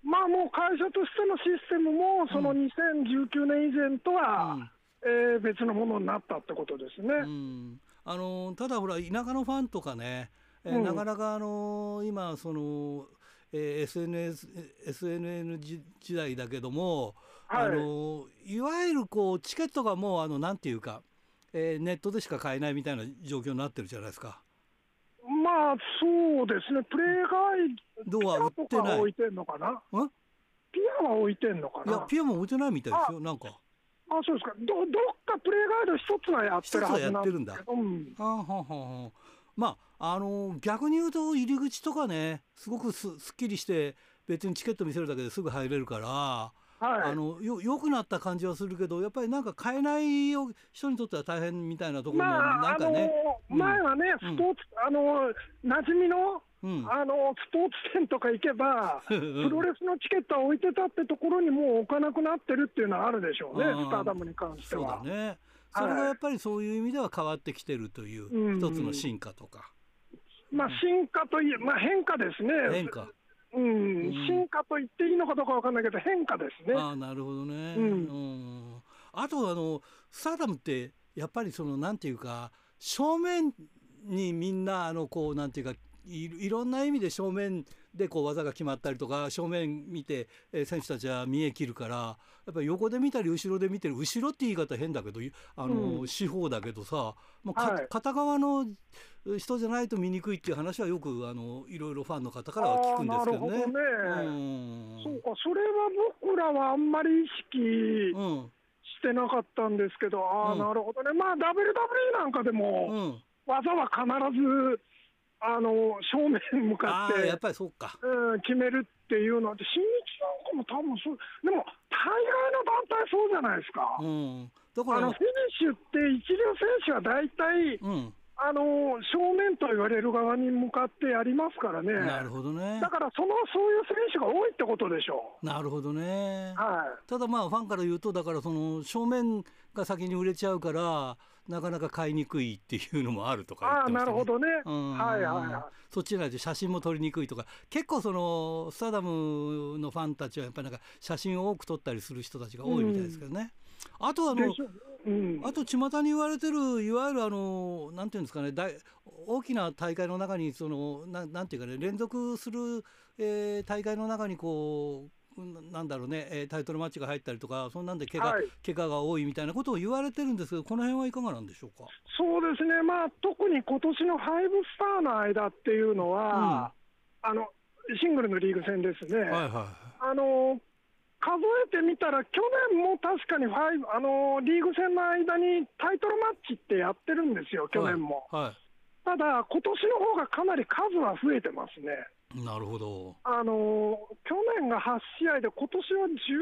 まあもう会社としてのシステムも、その2019年以前とは、うんえー別のものになったってことですね。うん、あのただほら田舎のファンとかね、えーうんなかなかあの今その、えー SNS SNN 時時代だけども、はいあのいわゆるこうチケットがもうあのなんていうか、えーネットでしか買えないみたいな状況になってるじゃないですか。まあそうですね、プレイガイドア売っピアてとなかい置いてんのかな、んピアは置いてんのかいやな、ピアも置いてないみたいですよなんか。あそうですかど、どっかプレイガイド一つはやってるはずなんですけど一つはやってうん、はあはあはあはあまああの逆に言うと入り口とかねすごくすすっきりして別にチケット見せるだけですぐ入れるから。はいあのよ良くなった感じはするけどやっぱりなんか買えないよ人にとっては大変みたいなところもまなあ、んあかのね、うん前はね、うんスポーツ、あの馴染みの、うんあのスポーツ店とか行 [LAUGHS] けば、プロレスのチケットは置いてたってところにもう置かなくなってるっていうのはあるでしょうね、うんスターダムに関して [LAUGHS] そうだは。ねはいそれがやっぱりそういう意味では変わってきてるといううん一つの進化とか、まあ、進化といえ、まあ、変化ですね。変化うんん進化と言っていいのかどうかわかんないけど、変化ですね。ああなるほどね、うんうんあとあのスターダムってやっぱりそのなんていうか正面にみんなあのこうなんていうかいいろんな意味で正面でこう技が決まったりとか正面見て、えー選手たちは見え切るからやっぱり横で見たり後ろで見てる後ろって言い方変だけどいあの、う四方だけどさもうか、はい片側の人じゃないと見にくいっていう話はよくあのいろいろファンの方からは聞くんですけどね。あーなるほどねうんそうか、それは僕らはあんまり意識うんしてなかったんですけど、ああ、うんなるほどね、まあ、WWE なんかでも、うん技は必ずあの正面に向あかっあーてやっぱりそうか。うん、決めるっていうのは、で新日なんかも多分そう、でも大概の団体そうじゃないですか。うん。だかあら、のフィニッシュって一流選手は大体、うん。あの正面と言われる側に向かってやりますからね、なるほどねだ。からそのそういう選手が多いってことでしょなるほどねう、。はただまあファンから言うとだからその正面が先に売れちゃうからなかなか買いにくいっていうのもあるとい、か言あっあ、てまなしたるね。ほどね、うんはいはいはい。そっちじゃないと写真も撮りにくいとか結構そのスターダムのファンたちはやっぱりなんか写真を多く撮ったりする人たちが多いみたいですけどね。あとはあのでしょうん、あと巷に言われてるいわゆるあのなんていうんですかね大大きな大会の中にそのななんていうかね連続する、えー大会の中にこうななんだろうね、えータイトルマッチが入ったりとかそんなんで怪我、はい怪我が多いみたいなことを言われてるんですけどこの辺はいかがなんでしょうか。そうですね、まあ、特に今年のファイブスターの間っていうのは、あのシングルのリーグ戦ですね、いはあの数えてみたら、去年も確かにファイブあのリーグ戦の間にタイトルマッチってやってるんですよ、去年も。はただ、今年の方がかなり数は増えてますね。い。なるほど。あの去年が8試合で、今年は12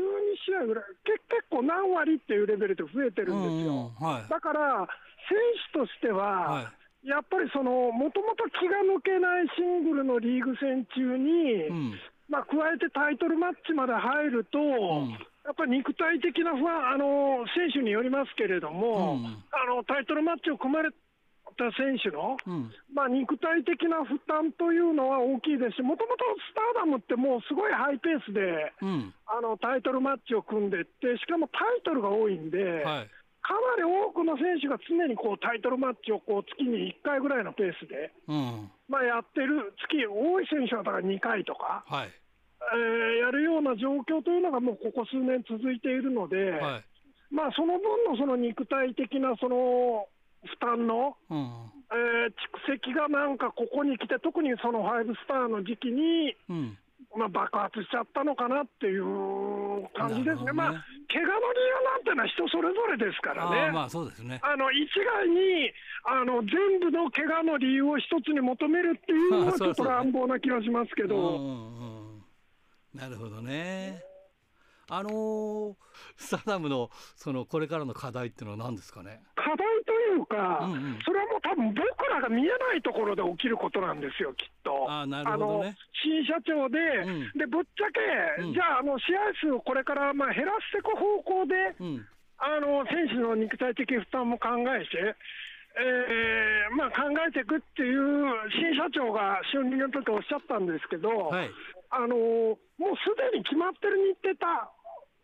試合ぐらい、け結構何割っていうレベルで増えてるんですよ。うんはだから、選手としてい。は、はやっぱりその、もともと気が抜けないシングルのリーグ戦中に、い。うん。まあ、加えてタイトルマッチまで入ると、んやっぱり肉体的な不安あの、選手によりますけれども、うんあのタイトルマッチを組まれた選手の、うん。まあ、肉体的な負担というのは大きいですし、もともとスターダムって、もうすごいハイペースでうん。あのタイトルマッチを組んでって、しかもタイトルが多いんで。はい。かなり多くの選手が常にこうタイトルマッチをこう月に1回ぐらいのペースで、うん。まあ、やってる、月、多い選手はだから2回とか、はい。えーやるような状況というのがもうここ数年続いているので、はい。まあ、その分のその肉体的なその負担の、うん。えー蓄積がなんかここに来て、特にそのファイブスターの時期に、うん。まあ、爆発しちゃったのかなっていう感じですね、なるほどねまあ、怪我の理由なんてのは人それぞれですからあね。あまあそうですね。あの一概にあの全部の怪我の理由を一つに求めるっていうのあは、[LAUGHS] ちそうでょっすねと乱暴な気がしますけうんど、うんうんなるほどね。あのースターダムのそのこれからの課題っていうのは何ですかね。課題というか、うんうんそれはもう多分僕らが見えないところで起きることなんですよ、きっと。あーなるほどねあの新社長で、うんでぶっちゃけ、うんじゃああの、試合数をこれからまあ減らしていく方向で、うん、あの選手の肉体的負担も考えて、えーまあ、考えていくっていう、新社長が就任の時おっしゃったんですけど、はいあのもうすでに決まってる日程た、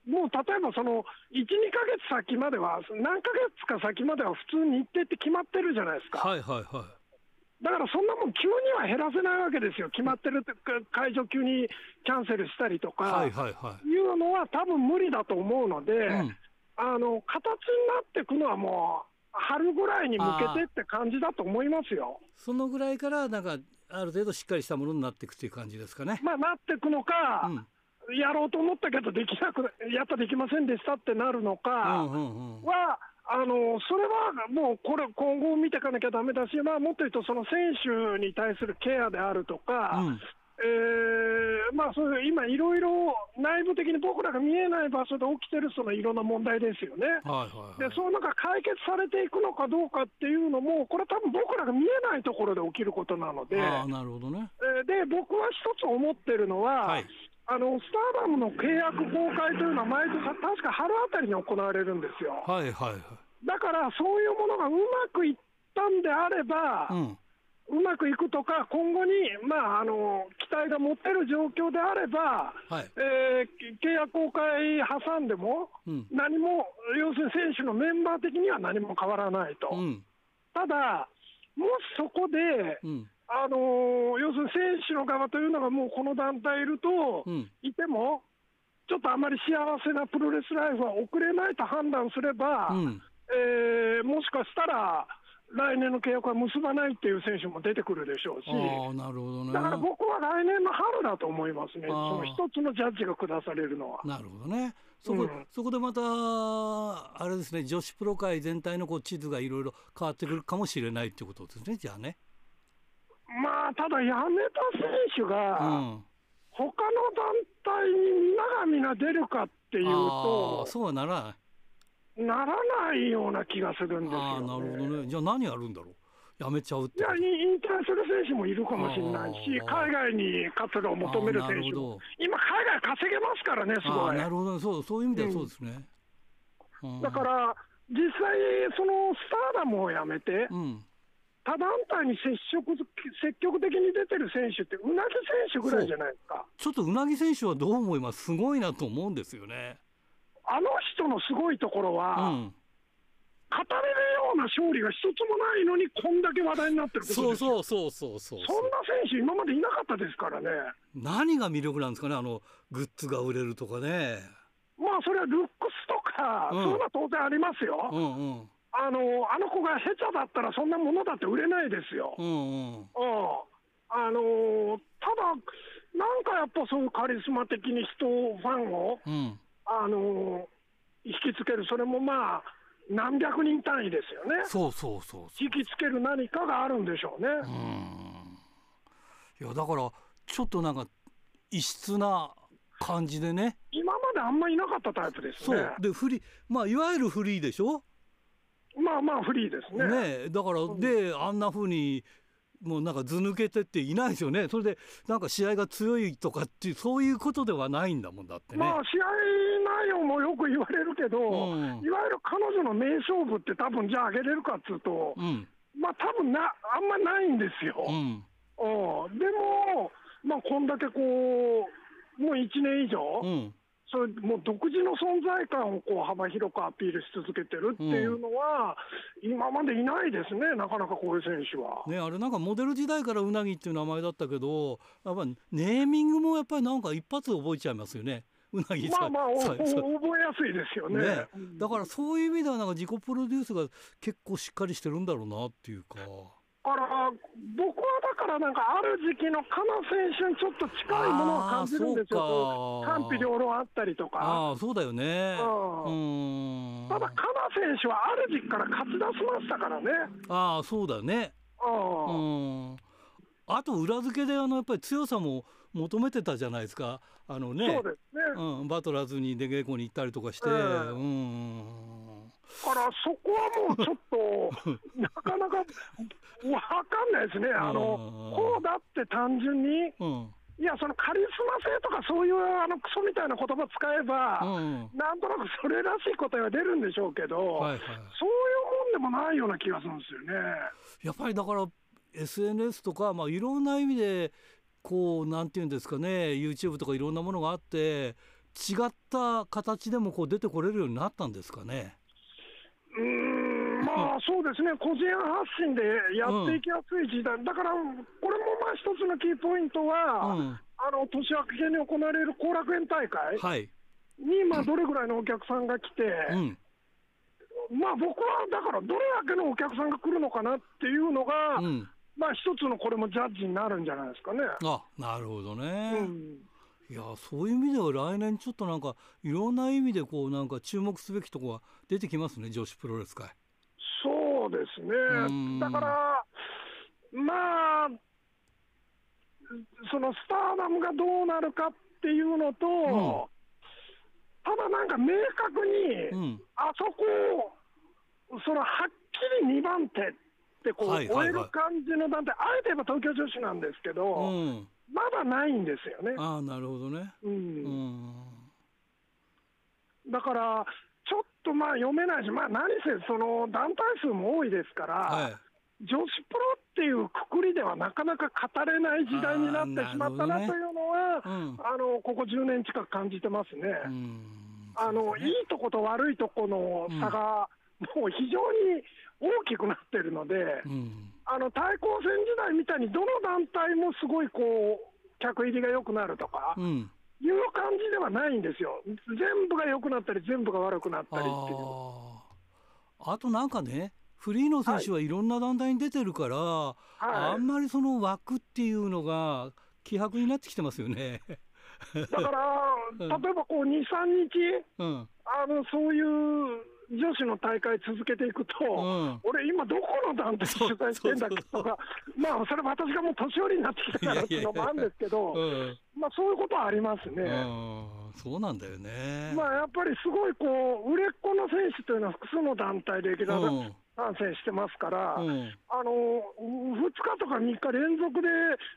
もう例えばその1、2ヶ月先までは、何ヶ月か先までは普通日程って決まってるじゃないですか、はいはいはい。だからそんなもん、急には減らせないわけですよ、決まってるって解除急にキャンセルしたりとはいか。はいはいうのは多分無理だと思うので、んあの形になっていくのはもう春ぐらいに向けてって感じだと思いますよ。い。そのぐらいからなんかある程度しっかりしたものになっていくっていう感じですかね。まあなっていくのか、うんやろうと思ったけどできなくやったできませんでしたってなるのうんかうんうん。は。あのそれはもうこれ今後見ていかなきゃだめだし、まあ、もっと言うと、その選手に対するケアであるとか、うんえーまあ、そういう今、いろいろ内部的に僕らが見えない場所で起きてるそのいろんな問題ですよね。はいはいではい。その中、解決されていくのかどうかっていうのも、これ、多分僕らが見えないところで起きることなので、えああなるほどね。ーで僕は一つ思ってるのは、はいあのスターダムの契約公開というのは、毎年、確か春あたりに行われるんですよ。はいはいはい。だから、そういうものがうまくいったんであれば、うんうまくいくとか、今後に、まあ、あの期待が持てる状況であれば、はいえー契約公開挟んでも、うん何も、要するに選手のメンバー的には何も変わらないと、うんただ、もしそこで、うんあのー要するに選手の側というのが、もうこの団体いると、うんいても、ちょっとあまり幸せなプロレスライフは送れないと判断すれば、うん。えーもしかしたら、来年の契約は結ばないっていう選手も出てくるでしょうし、ああなるほどね。だから僕は来年の春だと思いますね、あそーの一つのジャッジが下されるのは。なるほどね。そこ、うんそこでまたあれですね女子プロ界全体のこう地図がいろいろ変わってくるかもしれないってことですねじゃあね。まあ、ただ、辞めた選手うが、ん。他の団体に皆が皆出るかっていうああと、そうはならない。ならないような気がするんですああなるよほね。どね。じゃあ何やるんだろう。やめちゃうっていやこと。い引退する選手もいるかもしれないし、あー海外に活動を求める選あ手ーなるほども、今、海外稼げますからね、すあごあい。なるほどねそうそういう意味ではそうですね。うんだから、実際、そのスターダムをやめて、うん。他団体に接触積極的に出てる選手って、うなぎ選手ぐらいじゃないですか、ちょっとうなぎ選手はどう思いますすごいなと思うんですよね。あの人のすごいところうは、ん。語れるような勝利が一つもないのに、こんだけ話題になってることですそうよそうそうそうそうそんな選手、今までいなかったですからね、何が魅力なんですかねあのグッズが売れるとかね。まあ、それはルックスとか、うんそういうのは当然ありますよ。うんうんあのあの子がヘチャだったら、そんなものだって売れないですよ。うんうん。うんあのーただ、なんかやっぱそういうカリスマ的に人を、ファンを、うん。あのー引きつける、それもまあ、何百人単位ですよね、そうそうそうそう。引きつける何かがあるんでしょうね。いやだからちょっとなんか異質な感じでね。今まであんまいなかったタイプですそねう。でフリーまあいわゆるフリーでしょ。まあまあ、フリーですね。ねえだから、であんな風にもうなんか図抜けてっていないですよね。それでなんか試合が強いとかっていうそういうことではないんだもんだってね。まあ、試合内容もよく言われるけど、うんいわゆる彼女の名勝負って、多分じゃあ、上げれるかっつうと、うんまあ多分なあんまないんですよ。うんうん、でも、まあ、こんだけこう、もう1年以上、うんそれもう独自の存在感をこう幅広くアピールし続けてるっていうのは、今までいないですね、なかなかこういう選手は。ねあれなんかモデル時代からうなぎっていう名前だったけどやっぱネーミングもやっぱりなんか一発で覚えちゃいますよね。うなぎさんまあまあ、おおさ覚んさんえやすいですよね。ね、だからそういう意味ではなんか自己プロデュースが結構しっかりしてるんだろうなっていうかだから僕はだからなんかある時期のカナ選手にちょっと近いものを感じるんですよ、あーそうか賛否両論あったりとか、ああそうだよねうんうーんただ、カナ選手はある時期から勝ち出しましたからね。ああそうだよねうんうんあと裏付けであのやっぱり強さも求めてたじゃないですかあのねそうですね、うん、バトラーズに出稽古に行ったりとかして、うええん、だからそこはもうちょっ [LAUGHS] と、なかなかわかんないですね、あのうんこうだって単純に、うん、いや、そのカリスマ性とか、そういうあのクソみたいな言葉使えば、うんなんとなくそれらしい答えは出るんでしょうけど、はいはい。そういうもんでもないような気がするんですよね。やっぱりだから SNS とか、まあ、いろんな意味でこうなんていうんですかね YouTube とかいろんなものがあって違った形でもこう出てこれるようになったんですかね。うーん [LAUGHS] まあそうですね、個人発信でやっていきやすい時代、だからこれもまあ一つのキーポイントうは、ん、あの年明けに行われる後楽園大会はい、に、まあ、どれぐらいのお客さんが来て、うんまあ僕はだから、どれだけのお客さんが来るのかなっていうのが、うん、まあ一つのこれもジャッジになるんじゃないですかね。あなるほどね。うんいやそういう意味では来年ちょっとなんかいろんな意味でこうなんか注目すべきとこが出てきますね女子プロレス界。そうですんね、だから、まあ、そのスターダムがどうなるかっていうのと、んただなんか明確うに、ん、あそこを、そのはっきり2番手ってこう、はいはいはい終える感じの団体、あえて言えば東京女子なんですけうど、ん、まだないんですよね。ああなるほどね。うんうん、だからちょっとまあ読めないし、まあ、何せその団体数も多いですから、はい。女子プロっていうくくりではなかなか語れない時代になってしまっあたーななるほどというのは、うんあのここ10年近く感じてますね。うんあそのういいとこと悪いとこの差が、もう非常に大きくなってるので、うんあの対抗戦時代みたいに、どの団体もすごいこう客入りが良くなるとかう、ん、いう感じではないんですよ、全部が良くなったり、全部が悪くなったりっていう。あああとなんかねフリーの選手はいろんな団体に出てるから、はいあんまりその枠っていうのが希薄になってきてますよね。 [LAUGHS] だから、うん例えばこう2、3日、うん、あのそういう女子の大会続けていくと、うん俺、今、どこの団体そう取材してんだっけそうそうとか、まあ、それ、私がもう年寄りになってきたからっていうのもあるんですけど、うんまあ、そういうことはありますうね。ん、そうなんだよね。まあ、やっぱりすごいこう売れっ子の選手というのは複数の団体で劇団うん参戦してますから、うんあの2日とか3日連続で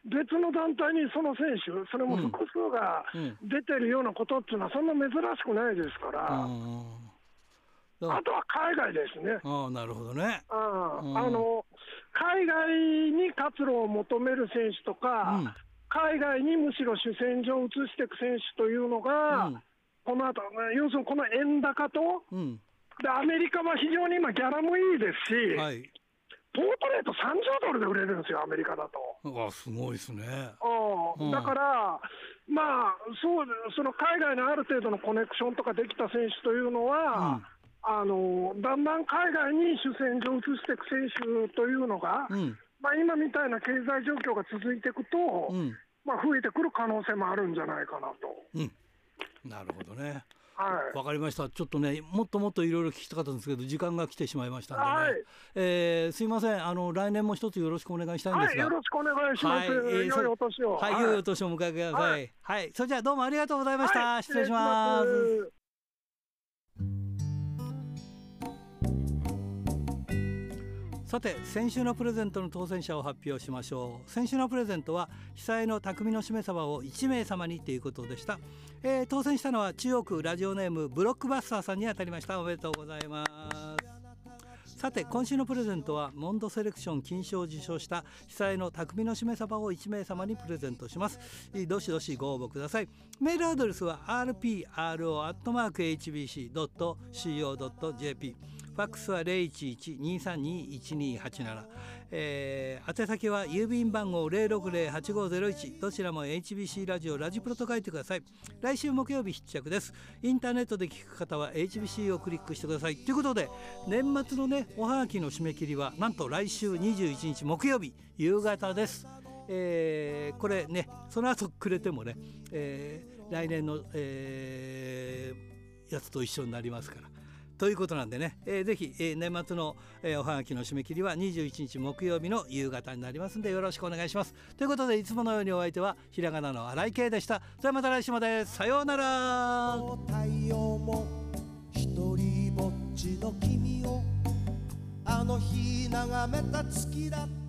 別の団体にその選手、それも複数がうん出てるようなことっていうのは、そんな珍しくないですから、うんだかあとは海外ですね。らああなるほどね。あうんああの海外に活路を求める選手とか、うん海外にむしろ主戦場を移していく選手というのが、うんこの後要するにこの円高とうん、で、アメリカは非常に今、ギャラもいいですし、はい。ポートレート30ドルで売れるんですよ、アメリカだと。あすごいですね。ううんん、だから、まあそう、その海外のある程度のコネクションとかできた選手というのは、あのだんだん海外に主戦場を移していく選手というのが、うんまあ、今みたいな経済状況が続いていくと、うんまあ、増えてくる可能性もあるんじゃないかなと。うん、なるほどね。はいわかりました。ちょっとね、もっともっといろいろ聞きたかったんですけど、時間が来てしまいましたんでね。はいえーすいません。あの来年も一つよろしくお願いしたいんではすい、が。よろしくお願いします。良いそお年を。はい、良いお年をお迎えください。は、はいそれじゃあどうもありがとうございました。はい失礼します。失礼しますさて先週のプレゼントの当選者を発表しましょう先週のプレゼントは被災の匠のしめ鯖を1名様にということでした、えー当選したのは中央区ラジオネームブロックバスターさんに当たりましたおめでとうございますさて今週のプレゼントはモンドセレクション金賞を受賞した被災の匠のしめ鯖を1名様にプレゼントしますえーどしどしご応募くださいメールアドレスは rpro.hbc.co.jp ファックスは011-232-1287、えー、宛先は郵便番号060-8501どちらも HBC ラジオラジプロと書いてください来週木曜日必着ですインターネットで聞く方は HBC をクリックしてくださいということで年末のねおはがきの締め切りはなんと来週21日木曜日夕方ですえーこれねその後くれてもね、えー来年の、えーやつと一緒になりますからということなんでね、えーぜひ、えー年末の、えーおはがきの締め切りは21日木曜日の夕方になりますんでよろしくお願いします。ということでいつものようにお相手はひらがなの新井圭でした。それではまた来週までさようなら。太陽も一人ぼっちの君をあの日眺めた月だった